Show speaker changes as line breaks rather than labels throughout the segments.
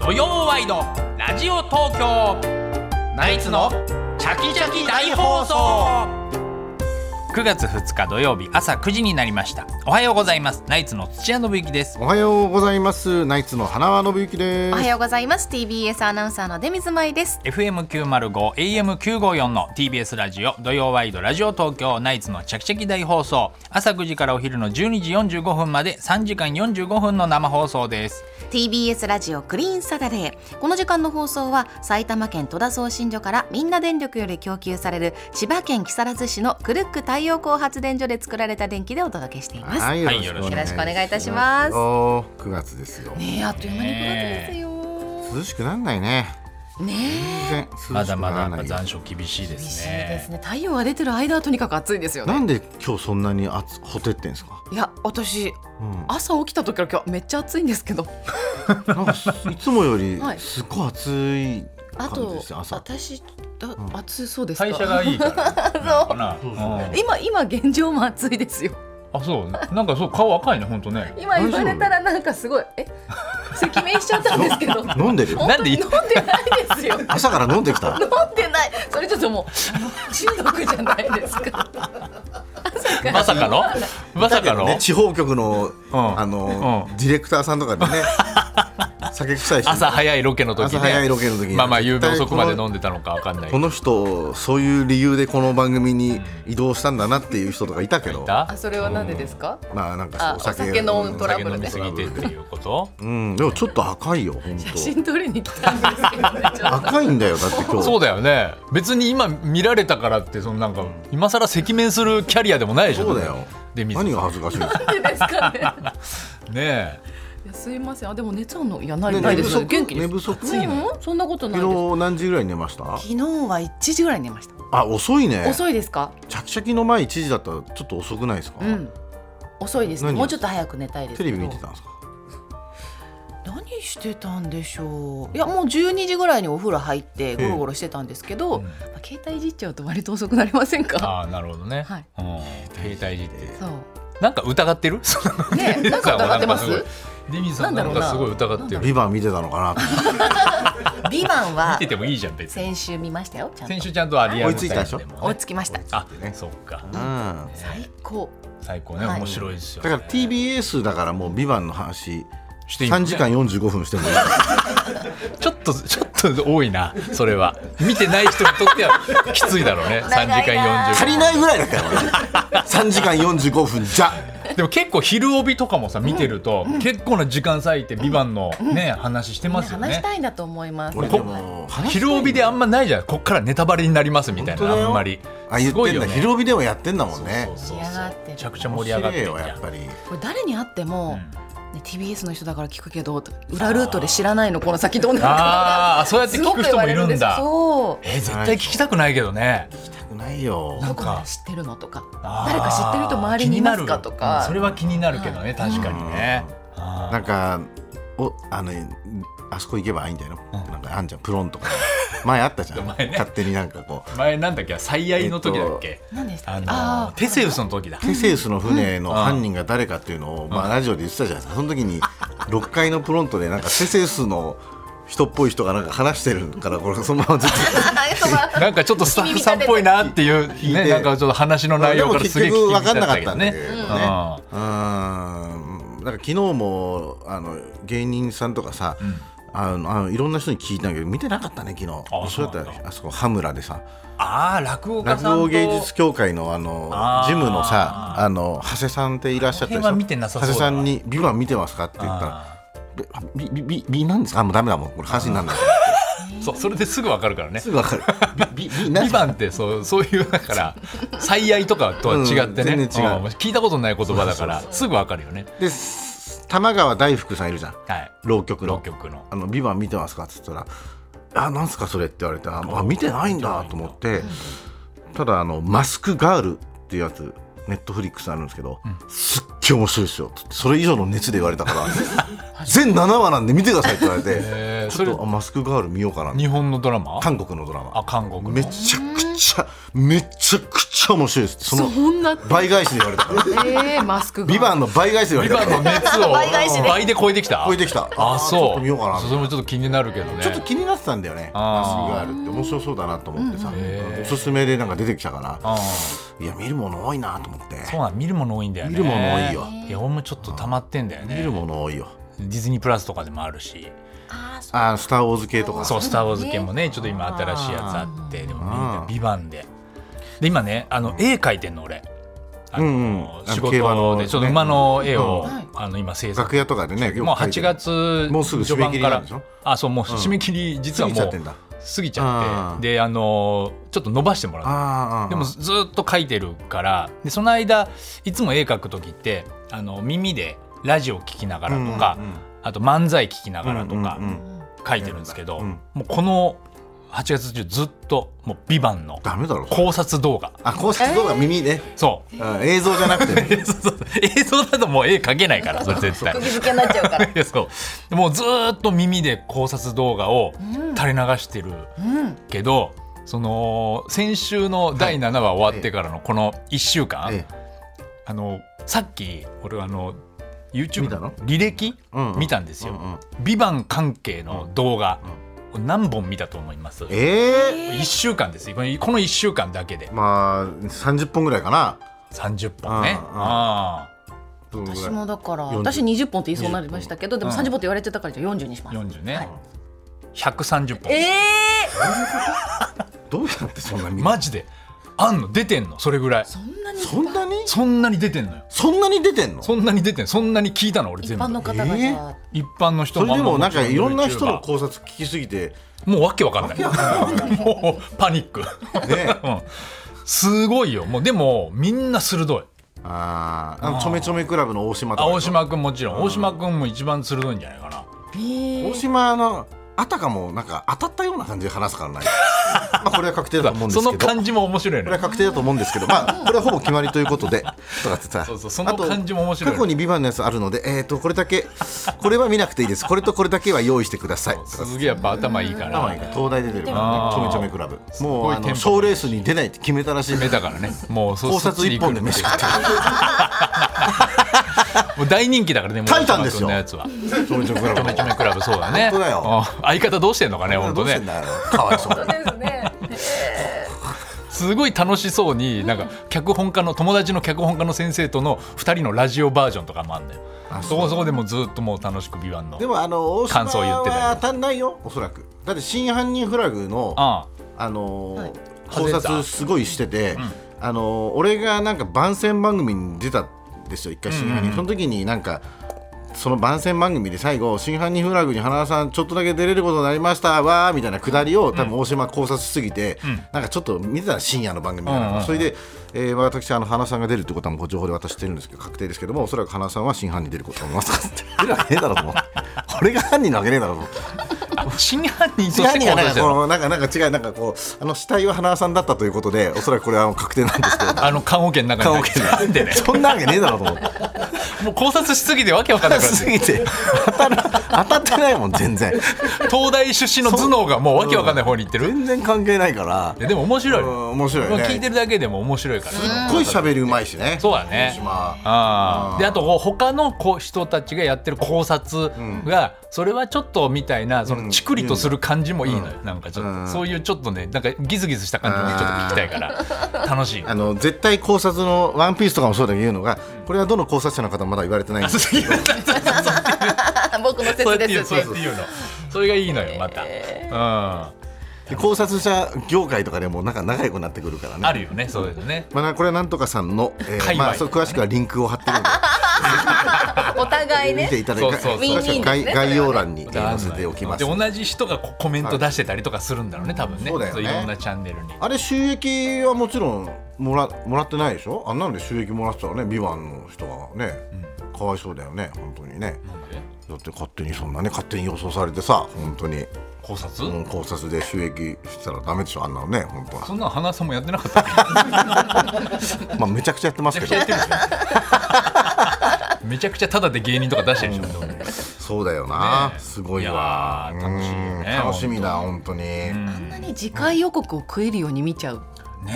土曜ワイドラジオ東京ナイツのチャキチャキ大放送9月2日土曜日朝9時になりましたおはようございますナイツの土屋信之です
おはようございます。ナイツの花輪信之です。
おはようございます TBS アナウンサーの出水舞です
FM905 AM954 の TBS ラジオ土曜ワイドラジオ東京ナイツのチャキチャキ大放送朝9時からお昼の12時45分まで3時間45分の生放送です
TBS ラジオグリーンサタデーこの時間の放送は埼玉県戸田送信所からみんな電力より供給される千葉県木更津市のクルック太陽光発電所で作られた電気でお届けしています、
はい、
はい
よろしくお願いいたします
おー9月ですよ。
ねえあっという間に9月ですよ
涼しくなんないね。
ね
全然涼しくな
まだま
ら
だ
ないよ
残暑厳しいで
え厳し
す
い
ね
ですね太陽が出てる間はとにかく暑いですよ
な
ね
んで今日そんなに暑ほてってんですか。
いや私
うん
朝起きた時から今日めっちゃ暑いんですけど
なんかすいつもより
はい
すごい暑い感
あ
じ
と
ですよ。朝。
私だ
ん
暑そうですか
代謝がいいからなのかな
そう
うん
今今現状も暑いですよ
あそうなんかそう顔赤いね本当ね
今言われたらなんかすごいえ 赤面しちゃったんですけど本
飲んでる。
なん
当
で
に飲んでないですよ飲
朝から飲んで きた。
んでないそれちょっともう中毒じゃないです か
まさかのまさかの、
ね地方局の
うん
あの
うん
ディレクターさんとかでね酒臭い人
朝早いロケの時
朝早い
ね
ロケの時に
まあまあ夕べ遅くまで
絶対この
飲んでたのかわかんない
この人そういう理由でこの番組に移動したんだなっていう人とかいたけど
だ
あそれはなんでですか、
まあなん
あ
か
お酒の
うん
トラ
酒
ブ
飲
ル
み
ね
すぎてっていうこと
うんでもちょっと赤いよ本
写真撮りに来たんですけどねち
当
ょっ
赤いんだよだって今
そう
日
だよね別に今見られたからってそのなんか今更赤面するキャリアでもないでしょ
そうだよ
で水
何が恥ずかしいんですか
とですか ね
ねえ
いやすいませんあでも熱あんのいやない,、
ね
ない
寝
です
不
元気
足
で
寝不
す
足
ううんそんなことないです
昨日何時ぐらいに寝ました
昨日は1時ぐらいに寝ました
あ遅いね
遅いですか
チャキチャキの前1時だったらちょっと遅くないですか
うん遅いですね
何
もうちょっと早く寝たいです
テ
け
レ
ど
ビ見てたんですか
何してたんでしょういやもう12時ぐらいにお風呂入ってゴロゴロしてたんですけど、
うん
まあ携帯いじっちゃうと割と遅くなりませんか
ああなるほどね、
はい
うん、携帯いじって
そう
なんか疑ってる
ねえなんか疑ってま
なん
す
かデミさんなんかすごい疑ってる
ビバン見てたのかなと思って
ビバン
見
は
ててもいいじゃん別に
先週見ましたよちゃん
先
と
週ちゃんとアリア
追いついたでしょ
追いつきました
あ、そっか。
うん
最高
最高ね、
はい
面白いですよ、
だから TBS だからもうビバンの話
していいの
3時間45分してもいい
ちょっと、ちょっと多いな、それは。見てない人にとっては、きついだろうね。
長
三
い
時
な
間
足
40
りないぐらいだったよ俺 3時間45分じゃ
分。でも、結構昼帯とかもさ、見てると、結構な時間割いて、ビバンのね、話してますよ
話し
ね。
たいんだと思います
俺でも
昼帯であんまないじゃん、こっからネタバレになりますみたい
本
な、
当だよ
あんまり。
あ言ってんだ
ね
昼帯ではやってんだもんね
そうそうそう
盛り上がってる
めちゃくちゃ盛り上がってる
面白い
じ
よ
ゃ
やっ
ん
ぱり
これ誰に会っても、ね TBS の人だから聞くけどとか裏ルートで知らないのこの先どうなるか
ああ、そうやって
す
聞
ご
く
く
人
言
も
わ
い
れる
る
んで
ん
す
だ。
そう
えー、絶対聞きたくないけどね。
ないよ
な
ど
んか
こが知ってるのとか誰か知ってる人周りにいますかと
あー
か
気になるうんそれは気になるけどね、確かにね。あー
なんかおあのあそこ行けばいいんだよなんかあんじゃんプロンとか前あったじゃん
前ね
勝手になんかこう
前なんだっけ最愛の時だっけ、
何でした
あ
っけ
の
あー
テセウスの時だ
テセウスの船の犯人が誰かっていうのを、まあ、ラジオで言ってたじゃないですかその時に6階のプロントでなんかテセウスの人っぽい人がなんか話してるからこれそのままずっと
あやっぱ
なんかちょっとスタッフさんっぽいなっていう
いて
ねなんかちょっと話の内容からすげえ聞き
分かん
た
なかっ
け
た
ど
んだ
ね
けどね。
うん
うーんなんか昨日もあの芸人さんとかさ、あのあのいろんな人に聞いたんだけど見てなかったね昨日
あそうなんだ
だったらあそこ羽村でさ
ああ落語家
落
さんと
語芸術協会のあの
あー
ジムのさあの長谷さんっていらっしゃったで
あの辺
しょ
は見てなさ
長
そうだな
谷さんに「ビバン見てますか?」って言ったら
あ
「ビビビビなんですか?」あもうダメだもんこれ話になるんだよ
ーそうそれ ですぐわかるからね
すぐわかる「ビビビ
「
何
ビバンってそうそういうだから最愛とかとは違ってね、
うん全然違うん
聞いたことない言葉だからすぐわかるよね
です玉川大福さんいるじゃん
はい
浪曲の
浪曲の
あのビバン見てますか?」っつったら「あなんすかそれ」って言われて「ああ見てないんだ」と思ってただあの「マスクガール」っていうやつネットフリックスあるんですけど、すっ げえ面白いですよつってそれ以上の熱で言われたから全7話なんで見てくださいって言われて
えー
ちょ
そ
っ
れ
とあマスクガール見ようかな
日本のドラマ
韓国のドラマ
あ韓国の
めちゃくちゃめちゃくちゃ面白いですそ
そ
の
んな
倍返しで言われた から
えー、マス
「
クが
ビバンの倍返しで言わ
今
れた
の
から
熱を
倍返しで
倍で超えてきた
超えてきた
あ
ちょ
そ
っ
う
と見ようかな
それもちょっと気になるけどね
ちょっと気になってたんだよねマス
あー
クガールって面白そうだなと思ってさ
へー
おすすめでなんか出てきたから
あ
いや見るもの多いなと思って
ーそうなん見るもの多いんだよね
見るもの多いよ
いや俺もちょっと溜まってんだよ
見
ね
るもの多いよ
ディズニープラスとかでもあるし
あーそう
あースター・ウォーズ系とか
そう「スター・ウォーズ」系もね
あー
ちょっと今新しいやつあってでも
あー
見て「ビバンでで今ねあの絵描いてんの俺あの
うんうん
仕
競馬
事
のね
でちょっと馬の絵を
うん
あの今制作
楽屋とかでねよ
もう
く書いて
8
る
月
もうすぐ締め切りなんでしょ
序盤からあそうもう締め切り実
過
は
ぎ
も
ちゃ
う
ってんだ
過ぎちゃっ
うん
てであのちょっと伸ばしてもらった
あーあーあー
でもずっと描いてるからでその間いつも絵描く時ってあの耳でラジオ聞きながらとか、
うんうんうん
あと漫才聞きながらとか
うんうんうん
描いてるんですけど、
うん
もうこの8月中ずっともう「ビバンの
ダメだろそれ
考察動画
あ公式動画耳ね
そう
うん映像じゃなくてね
そうそう映像だともう絵描けないからそれ絶 対。
釘付けになっちゃうから
いやそうもうずーっと耳で考察動画を垂れ流してる
うん
けど、その先週の第7話終わってからのこの1週間、
え
あのさっき俺はあの
見
YouTube
た
の
の
履歴
うんうん
見たんですよ
うんうん
「ビバン関係の動画を何本見たと思います
ええ
1週間ですよこのこの1週間だけで
ーまあ30本ぐらいかな
30本ね
うんうん
あ
どのぐらい
私もだから
40
私20本って言いそうになりましたけどでも
うん
30本って言われちゃったからじゃあ40にし
あ
ます
40ね、130本、
え
どうやってそんな見る
マジであんの出てんのそれぐらい
ー、そんなに
そんなに
そんなに出てんのよ
そんなに出てんの
そんなに出てんそんなに聞いたの俺
一
全部
般の方がじゃあ
一般の人
それでも
ま
な
あ
んかいろんな人の
もちろ
考察聞きすぎて
ん YouTuber もうわけわかんないもうパニック
ね
うんすごいよもうでもみんな鋭い
あーあのちょめちょめクラブの大島と
あ
か
大島君もちろん大島君も一番鋭いんじゃないかな
えー
大島のあたかもなんか当たったような感じで話すから ないまあこれは確定だと思うんです
そ
けど
の感じも面白い
こ
の
れ
よ
は確定だと思うんですけど、まあ、これはほぼ決まりということで、 とかってさ、
そうそうその感じも面白い
あと過去にビバンのやつあるので、えっ、と、これだけ、これは見なくていいです、これとこれだけは用意してください。とか
すげえやっぱ頭いいから
頭いいから東大で出てるから
あ
ね、
ー
ちょめちょめクラブ。も
ご
う、
い
あ
テン
の、
ポ
賞レースに出ないって決めたらしい。
決めたからねもうそ
考察
そっちに行
一
く
本で飯食って
もう大人気だからねもう
タイタンですよ
大島君の やつは
る。ちょめちょめクラブ
ちょめちょめクラブそうだね
本当だよ
うん相方どうしてんのかね本
ど
当
うし
ね
てんだよ、かわいそうに。
ですね
すごい楽しそうになんか脚本家の友達の脚本家の先生との2人のラジオバージョンとかもあんだよ
あ
そこそこでもうずっともう楽しく「ビワンの
でも、あの、大島
感想言ってたよ
は当たんないよ、おそらく。だって、真犯人フラグの、
あ
あのー
はい
考察すごいしてて、あのー俺がなんか番宣番組に出たんですよ一回真犯人、その時になんかその番宣番組で最後「真犯人フラグに花輪さんちょっとだけ出れることになりましたわ」みたいなくだりを多分大島考察しすぎて、なんかちょっと見てたら深夜の番組だから、
うんうんうん
それで、えー私あの花輪さんが出るってことはもう情報で渡してるんですけど確定ですけどもおそらく花輪さんは真犯人出ることになりますって出るわけ ねえだろと思って俺が犯人なわけねえだろと思って。
あ真犯人とし
違う
て
違う
考
なん
察して
かこ
たの
のなんかなんか違うなんかこうあの死体は花輪さんだったということでおそらくこれはあの確定なんですけ ど
あの看護犬の中に
看
入ってね
そんなわけねえだろうと思って
もう考察しすぎてわけわかんなくなって
すぎて当たら当たってないもん全然
東大出身の頭脳がもうわけわかんない方に行ってるい
全然関係ないから
やでも面白い
うん
よ
面白いよね
聞いてるだけでも面白いから
すっごい喋りうまいしね
そうだね
大島
あ
うん
あであとこう他のこう人たちがやってる考察がそれはちょっとみたいなそ
うん
のチクリとする感じもいいのよなんかちょ
う
っ
ん
とそういうちょっとねなんかギスギスした感じもちょっと聞きたいから楽しい
あの絶対考察の「ワンピースとかもそうだけど言うのがこれはどの考察者の方もまだ言われてないん ですけど
僕の
そうやって
説で
言う
す
そう
っ
や
て
って言うのそれがいいのよまたうん
考察者業界とかでもなんか仲良くなってくるからね
あるよねそういうのね
まあ、これはなんとかさんの、えー
界隈
まあ、そう詳しくはリンクを貼ってるので
お互い
見
ね
ていただいて、
そうそうそう
詳しくは概
ウィンウィンですね
概要欄に載せておきます。
で同じ人がこうコメント出してたりとかするんだろうね多分ね
そうだよね
いろんなチャンネルに
あれ収益はもちろんもらもらってないでしょあんなんで収益もらってたらね「ビバンの人はね、かわいそうだよね本当にね
なんで
だって勝手にそんなね勝手に予想されてさ本当に、
考察
うん、考察で収益したらダメでしょあんなのね本当は
そんなの花さんもやってなかったっけ
まあめちゃくちゃやってます
めちゃくち
け
ゃ
ど
やってるでしょめちゃくちゃタダで芸人とか出してるでしょ
そうだよな、
ね
すごい
いや
わ
ー楽しいよね
楽しみだ本当に、
あんなに次回予告を食えるように見ちゃう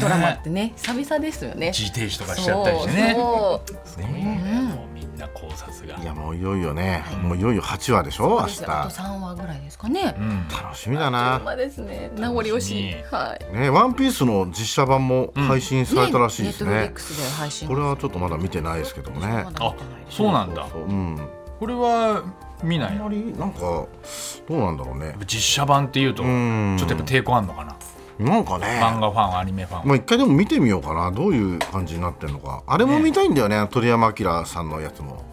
ドラマってね久々ですよね。
自停止とかしちゃったりしてね
そうそう
ねえもうみんな考察が
いやもういよいよね、もういよいよ8話でしょ明日
あと三話ぐらいですかね。
うん
楽しみだ
あっという
な
間ですね。名残惜しい。はい。
ねワンピースの実写版も配信されたらしいです
ネットフリ
ね
ックスで配信。
これはちょっとまだ見てないですけどもね
まだ
あ
見てないです
そうなんだ
そううん
これは見な
あん
い
まりなんかどうなんだろうね
実写版っていうとち
う
ょ
ん
っとやっぱ抵抗あんのかな
なんかね
漫画ファンアニメファン
まあ一回でも見てみようかなどういう感じになってるのかあれも見たいんだよね鳥山明さんのやつも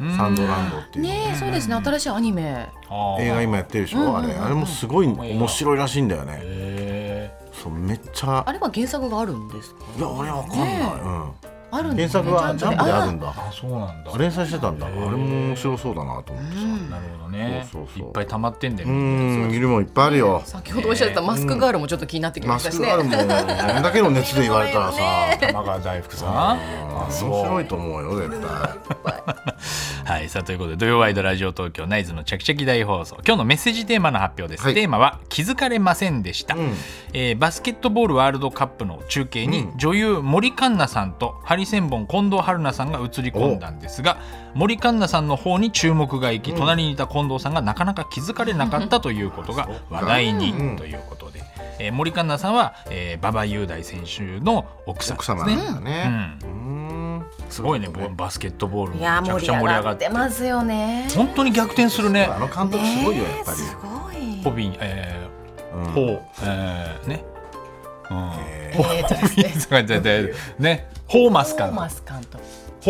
うん
サンドランドっていう
ねえ、そうですね。新しいアニメ。
あー
映画今やってるでしょ、あれあれもすごい面白いらしいんだよね、
へ
そうめっちゃ
あれは原作があるんですか。
いや俺わかんない、
ね
うんん、原
あるですね
作はジャンプであるん
ー
だ
あそうなんだ
連載してたんだあれも面白そうだなと思ってさ
なるほどね
そうそう
い
そう
っぱい溜まってんだよ
う
ね
んいるもんいっぱいあるよ
先ほどおっしゃってたマスクガールもちょっと気になってきま
マ
した
ス
し
ク
ね。
あるもんあれだけの熱で言われたらさ
玉川大福さん
面白いと思うよ絶対
はい、さあということで土曜ワイドラジオ東京ナイズのチャキチャキ大放送今日のメッセージテーマの発表です、
はい
テーマは気づかれませんでした、えーバスケットボールワールドカップの中継に女優森カンナさんとハリセンボン近藤春菜さんが映り込んだんですが森カンナさんの方に注目がいき、隣にいた近藤さんがなかなか気づかれなかったということが話題にということで、えー森カンナさんは、えー馬場雄大選手の奥さんで
奥
す
様
ね
なんだねうん
すごいねバスケットボールも
い
めち
や
ゃ
ー
く
盛り
ちゃ盛り上
上
が
が
っ
っててますよね。
本当に逆転するね
あの監督すごいよやっぱり
ねえすごい。
ポビン、え
うん
ー、ほう、えー、ね。うん。
えー
えーっと ですね。
そうやってね、ホーマス監
トーマ
督、
ス監督。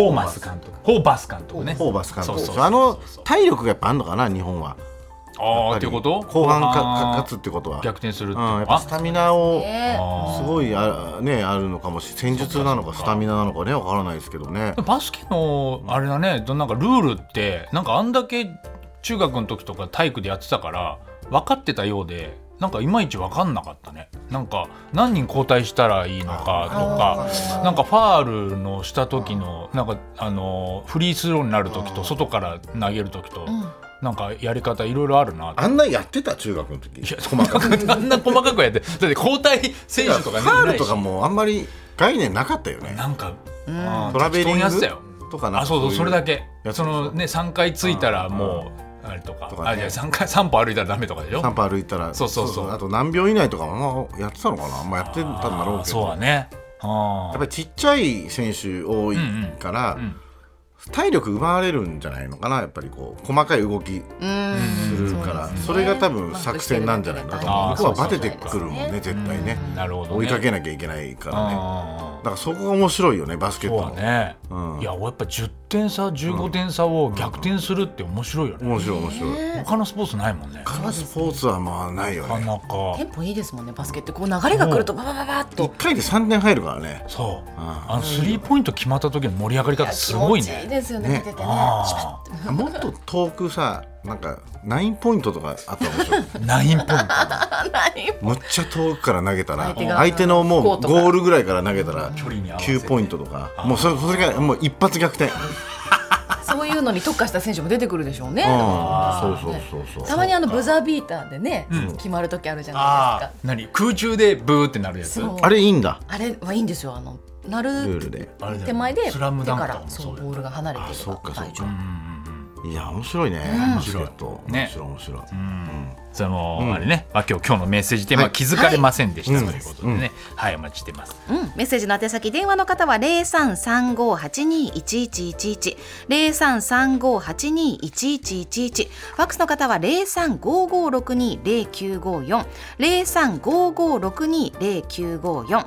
ホーマス監督、ホーバス監督ね。
ホーバス監督
そうそうそう
あの体力がやっぱあるのかな日本は
あ
や
あ、
っぱ
って
り
こと？
後半かか勝つってことは
逆転するって
う
こ
ん
と。
やっぱスタミナを
ね
あ
すごいあねあるのかもし戦術なのかスタミナなのかねわからないですけどね
あバスケのあれだね、どなんかルールってなんかあんだけ中学の時とか体育でやってたから分かってたようで。なんかいまいち分かんなかったねなんか何人交代したらいいのかとか
あー
なんかファールのした時のなんかあのフリースローになる時と外から投げる時と
ん
なんかやり方いろいろあるなって
あんなやってた中学の時細かく
あんな細かくやってだって交代選手とかね
ファールと
い
か
ない
もあんまり概念なかったよ
し
ね
なんかうん
トラベリ
適
ン
当にや
グ
ってたよ
とかなんか
あそうそう
い
それだけ
やつ
そのね3回ついたらもうあれとか
とかね
あじゃあ3回3歩歩いたらダメとかでしょ
散歩歩いたら
そうそうそう
あと何秒以内とかもあやってたのかなあんまやってたんだろう
あ
け
そう
ど
だねあ
やっ
ー
ぱりちっちゃい選手多いから、
ん
体力奪われるんじゃないのかなやっぱりこう細かい動き
うん。
するから、それが多分作戦なんじゃないかなと
あー
思う向こうはバテてくるもんね絶対ね
なるほどね
追いかけなきゃいけないからねだ
あー
からそこが面白いよねバスケッ
そう
ト
だ
の、
ね
うん
いや俺やっぱ10点差15点差を逆転するって面白いよね
面白い面白い
他のスポーツないもんね
他のスポーツはまあないよ
なか
ね
なか
テンポいいですもんねバスケってこう流れが来るとババババッ
1
と
回で3点入るからね
そう
あ
あのスリーポイント決まった時の盛り上がり方すごい
気持ちいい
ね
ですよね
ね
見ててね
あ
もっと遠くさなんか9ポイントとかあったら面 白い
あナインポイント
何
むっちゃ遠くから投げたら
相手が
相手のもう
コートから
ゴールぐらいから投げたら
距離に合わせて
9ポイントとかもうそれそれがもう一発逆転
そういうのに特化した選手も出てくるでしょうね
うんそうそうそうそ
た
う
まにあのブザービーターでね決まる時あるじゃない
ああ
で
何空中でブーってなるやつ
すかそう
あれいいんだ
あれはいいんですよあのな
ルー
る
ルで
あれだよね
手前で
ス
手
ラムダンク
か
とからも
そ
そう
う
だよ
ボールが離れて
あ
い
そう
れ
か
ば
そう
大
か
丈夫
いや面白いねバスケット
ね
面白い面白いうん
それもあれね、まあ今日今日のメッセージテーマは気づかれませんでした、
はい
ということでね、はいお待ちしてます
うん、メッセージの宛先電話の方は零三三五八二一一一一零三三五八二一一一一ファックスの方は零三五五六二零九五四零三五五六二零九五四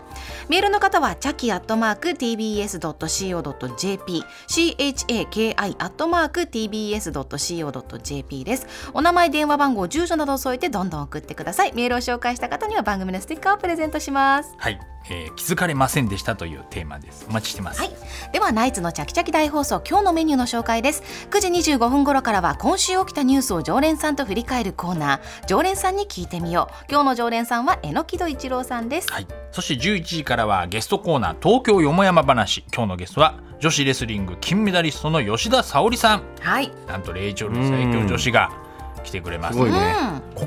メールの方はチャキアットマーク tbs ドット co ドット jp c h a k i アットマーク tbs ドット co ドット jp です。お名前、電話番号、住所などを添えてどんどん送ってください。メールを紹介した方には番組のステッカーをプレゼントします。
はい、えー気づかれませんでしたというテーマですお待ちしてます、
はい、ではナイツのチャキチャキ大放送今日のメニューの紹介です9時25分頃からは今週起きたニュースを常連さんと振り返るコーナー常連さんに聞いてみよう今日の常連さんは榎木戸一郎さんです
はい、そして11時からはゲストコーナー東京よもやま話今日のゲストは女子レスリング金メダリストの吉田沙保里さん
はい
なんとレイチョル最強女子が来てくれます
すごいね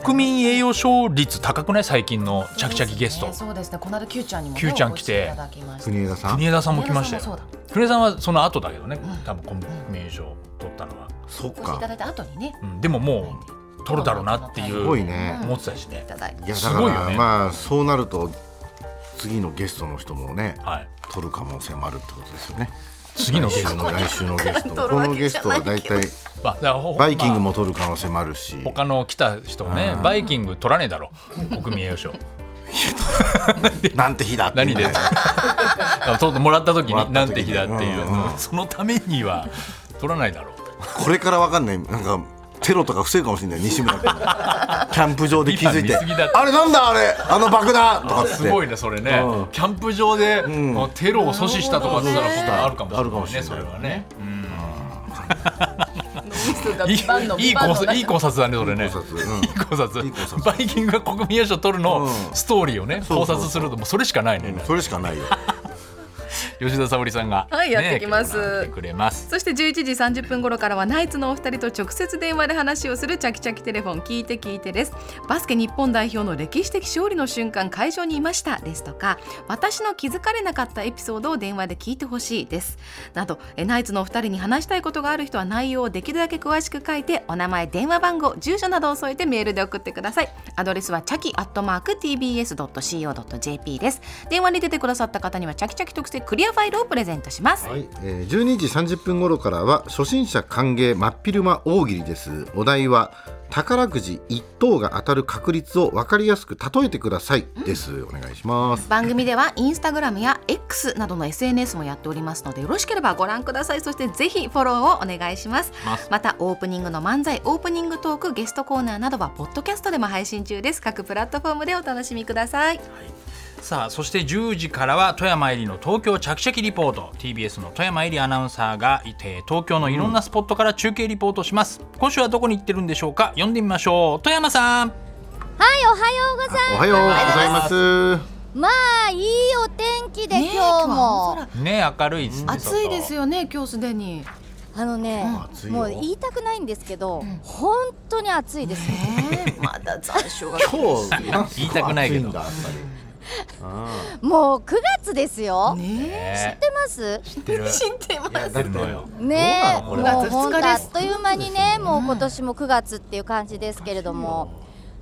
国民栄誉賞率高くない最近のチャキチャキゲスト、
そうですね。この間 Q ちゃんにもね、
Q ちゃん来て
お越しいただきました
国枝さん
国枝さんも来ました
国枝
よ
さんもそう
国枝さんはその後だけどね多分国民栄誉賞取ったのは、
そっ
お越しいた
か
だいた後にね、
うんでももう取るだろうなってい
す
う
ごいね
思ってたしね
い、ただいて
いやだ
す
か
ごい
ら
よね
まあそうなると次のゲストの人もね
はい、
取る可能性もあるってことですよね
次のゲ
来
ス
週
ト、
の来週のゲス
ここに
ト
取 る
こ
わ
の
け
ゲ
じゃ
ス
ないけど
トは大体
まあだからほ
バイキング
まあ
も取る可能性もあるし
他の来た人もね
うん
バイキング取らねえだろ国民栄誉賞
なんて日だって
何で取ってもらった時
もらっ
に
た
なん
時
て
に
日だっていう、
うんうん
そのためには取らないだろう
これからわかんないなんかテロとか防ぐかもしれない西村 君キャンプ場 で気づいて
今見過ぎだって
あれなんだあれあの爆弾とかっつって
すごいねそれね、
うん
キャンプ場で、
ん
あテロを阻止したとかって言ったら
なるほどね
あるかもしれないね
あるかもしれない
それはね、
が
いい
バンの
いい
バンの
考察いい考察だねそれね
考察うん
いい考察
いい考察
バイキングが国民栄誉賞取るの、
うん
ストーリーをね
そう
考
そうそう
察するともうそれしかないね、
うんそれしかないよ
吉田沙保里さんが、
はいやってきます
来てもらってくれます
そして11時30分頃からはナイツのお二人と直接電話で話をするチャキチャキテレフォン聞いて聞いてですバスケ日本代表の歴史的勝利の瞬間会場にいましたですとか私の気づかれなかったエピソードを電話で聞いてほしいですなどえナイツのお二人に話したいことがある人は内容をできるだけ詳しく書いてお名前電話番号住所などを添えてメールで送ってくださいアドレスはチャキアットマーク TBS.CO.JP です電話に出てくださった方にはチャキチャキ特製クリアファイルをプレゼントします
はい、えー、12時30分頃からは初心者歓迎真っ昼間大喜利ですお題は宝くじ一等が当たる確率を分かりやすく例えてくださいです、お願いします
番組ではインスタグラムや X などの SNS もやっておりますのでよろしければご覧くださいそしてぜひフォローをお願いします
ます
またオープニングの漫才オープニングトークゲストコーナーなどはポッドキャストでも配信中です各プラットフォームでお楽しみください
さあそして10時からは富山えりの東京着々リポート TBS の富山えりアナウンサーがいて東京のいろんなスポットから中継リポートします、今週はどこに行ってるんでしょうか読んでみましょう富山さん
はい、おはようござい
おはようございます
まあいいお天気で、
ねえ
今日
は
も
青
ね明るいですね
空暑いです
よ
よね今日すでに
あのね、
暑いよ
もう言いたくないんですけど、本当に暑いです、
ねえまだ残暑が
今日
や言いたくないけど
暑んだやっぱり
もう9月ですよ、
ね
知ってます
知ってる
知ってま
いや
知
だ
っ
っ
てる
て
のよ
ねえ
ど
も
う
う
なの
これ
本
9
当
月2日
あ
です
っという間にねもう今年も9月っていう感じですけれども、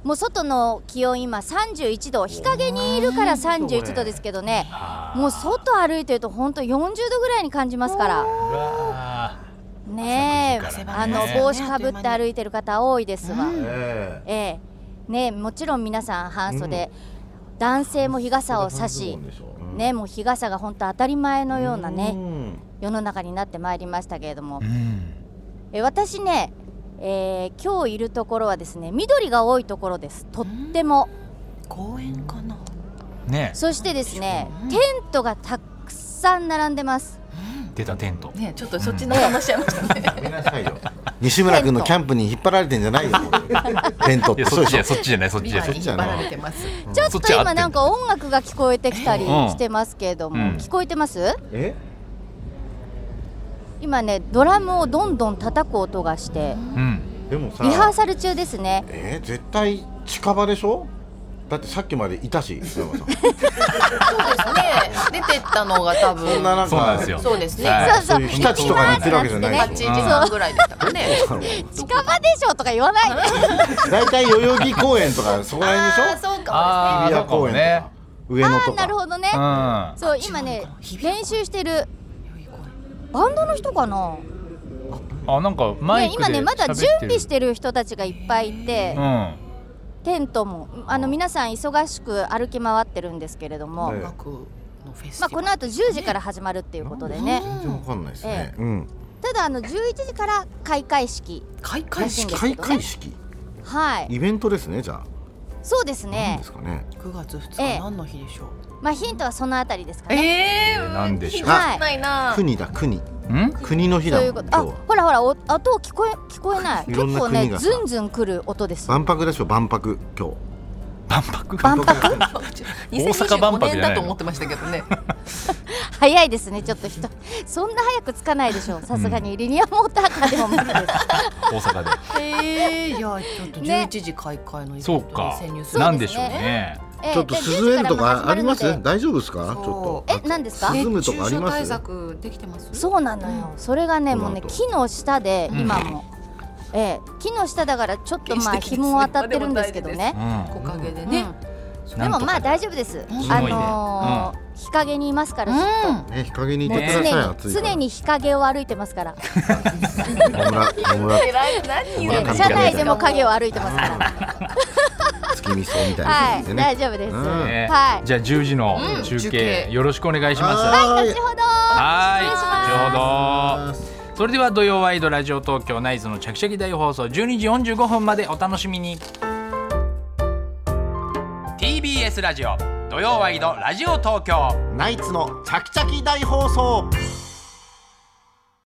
もう外の気温今31度日陰にいるから31度ですけどねもう外歩いてると本当40度ぐらいに感じますから
うわ
ねえ
汗ば
あ
みま
の
すね
帽子かぶって歩いてる方多いですわ。
え
ええ、ね、もちろん皆さん半袖、男性も日傘を差し、ね、もう日傘が本当当たり前のような
う
ね、
ん
世の中になってまいりましたけれども
ーう、ん
え私ね、えー今日いるところはですね、緑が多いところです。とっても。
公園かな
ね
そしてですね、テントがたくさん並んでます。
出たテント
ねえちょっとそっちの話しちゃいましたね、
やめなさいよ西村君のキャンプに引っ張られてんじゃないよテントっ
い
て
やそっちじゃ
そ
そっちじゃないそっちじ
今
ゃないそっち
引っ張られてます
ちょっ
そ
と
っち合って
今
んだ
なんか音楽が聞こえてきたり
うん
してますけれども、
うん
聞こえてます？
うえ
今ね、ドラムをどんどん叩く音がして、
うん
でもさ
リハーサル中ですね。
えー、絶対近場でしょだってさっきまでいたし磯山さん
ね出てったのが
そ
多
ん
分
ななんか
そうなんですよ
そうですね、
はい
そうそう、
そういう日立とかに行ってるわけじゃない
8
で
時
し
半ぐらいでしたかね。
近場でしょとか言わないで。
ょ大体代々木公園とかそこら辺
あ
でしょ
そうか
あ
日
あ
比谷公園とか上野
あ
と
ー、なる
か
ほどね。
うん
そう、今ね、練習してる。バンドの人かな。
あなんかマイ
ね、
クで
今ね、まだ準備しててる人たちがいっぱいいて
う、ん
テントも、あの、皆さん忙しく歩き回ってるんですけれども。
ね
ま
音楽のフェス
あ、この後10時から始まるっていうことでね。
全然わかんないですね、うん
ただ、あの、11時から開会式。
開
開
会
式
式
です
開会式
はい。
イベントですねじゃあ
そうです
何
ね
で。すかね
9月2
ええ
日何の日でしょう。
まあ、ヒントはそのあたりですか
え
ね。
え
ーなんでしょ
うはい
ないな。
国だ国
ん
国の日
と
だ
い
も
うんこと
今日
あ
は
ほらほらお音を聞こえ聞こえない
い
結
ろんな
構ね
国がさ
ズンズンくる音です
万博でしょ万博今日
万博
万博
2025
大阪万博じゃないの
年だと思ってましたけどね。
早いですね、ちょっと人、そんな早くつかないでしょう、さすがにリニアモーターカーでも無理です。
大阪で
えー、いやちょっと
ね
11時開会のイベン
そう
トに
か
潜入する
なんでしょうね
ええ
ちょっと
で
涼めるとかありま
10
す
時からもう始るので
大丈夫ですかちょ
そ
っ
う
と
え何ですか
涼むと
熱
かあ
中
り
症
ま
対
す
策できてます
そうなのよ、それがね、もうね、
この後
木の下で、
うん
今も、ええ木の下だから、ちょ っとまあ、
原始的ですね
紐は当たってるんですけど
まあ
ね
う。
お
ん
かげで
うん
ね、
でもまあ大丈夫です。
ん
あのー日陰にいますから、ずっ
ね日陰にいて
と
く
もう
ださい
常に、
暑いから
常に日陰を歩いてま すから。
野村野村
何
言うの
車内でも影を歩いてますから。
月見草みたいな
は
感じで
い、
ね
大丈夫です。
うん
はい、
ね
はい
じゃあ10時の
うん
中
中
継
継
よろしくお願いします
はーい
後ほど。失礼します。
はい後ほどそれでは土曜ワイドラジオ東京ナイズのチャキチャキ大放送12時45分までお楽しみに TBS ラジオ土曜ワイドラジオ東京
ナイツのチャキチャキ大放送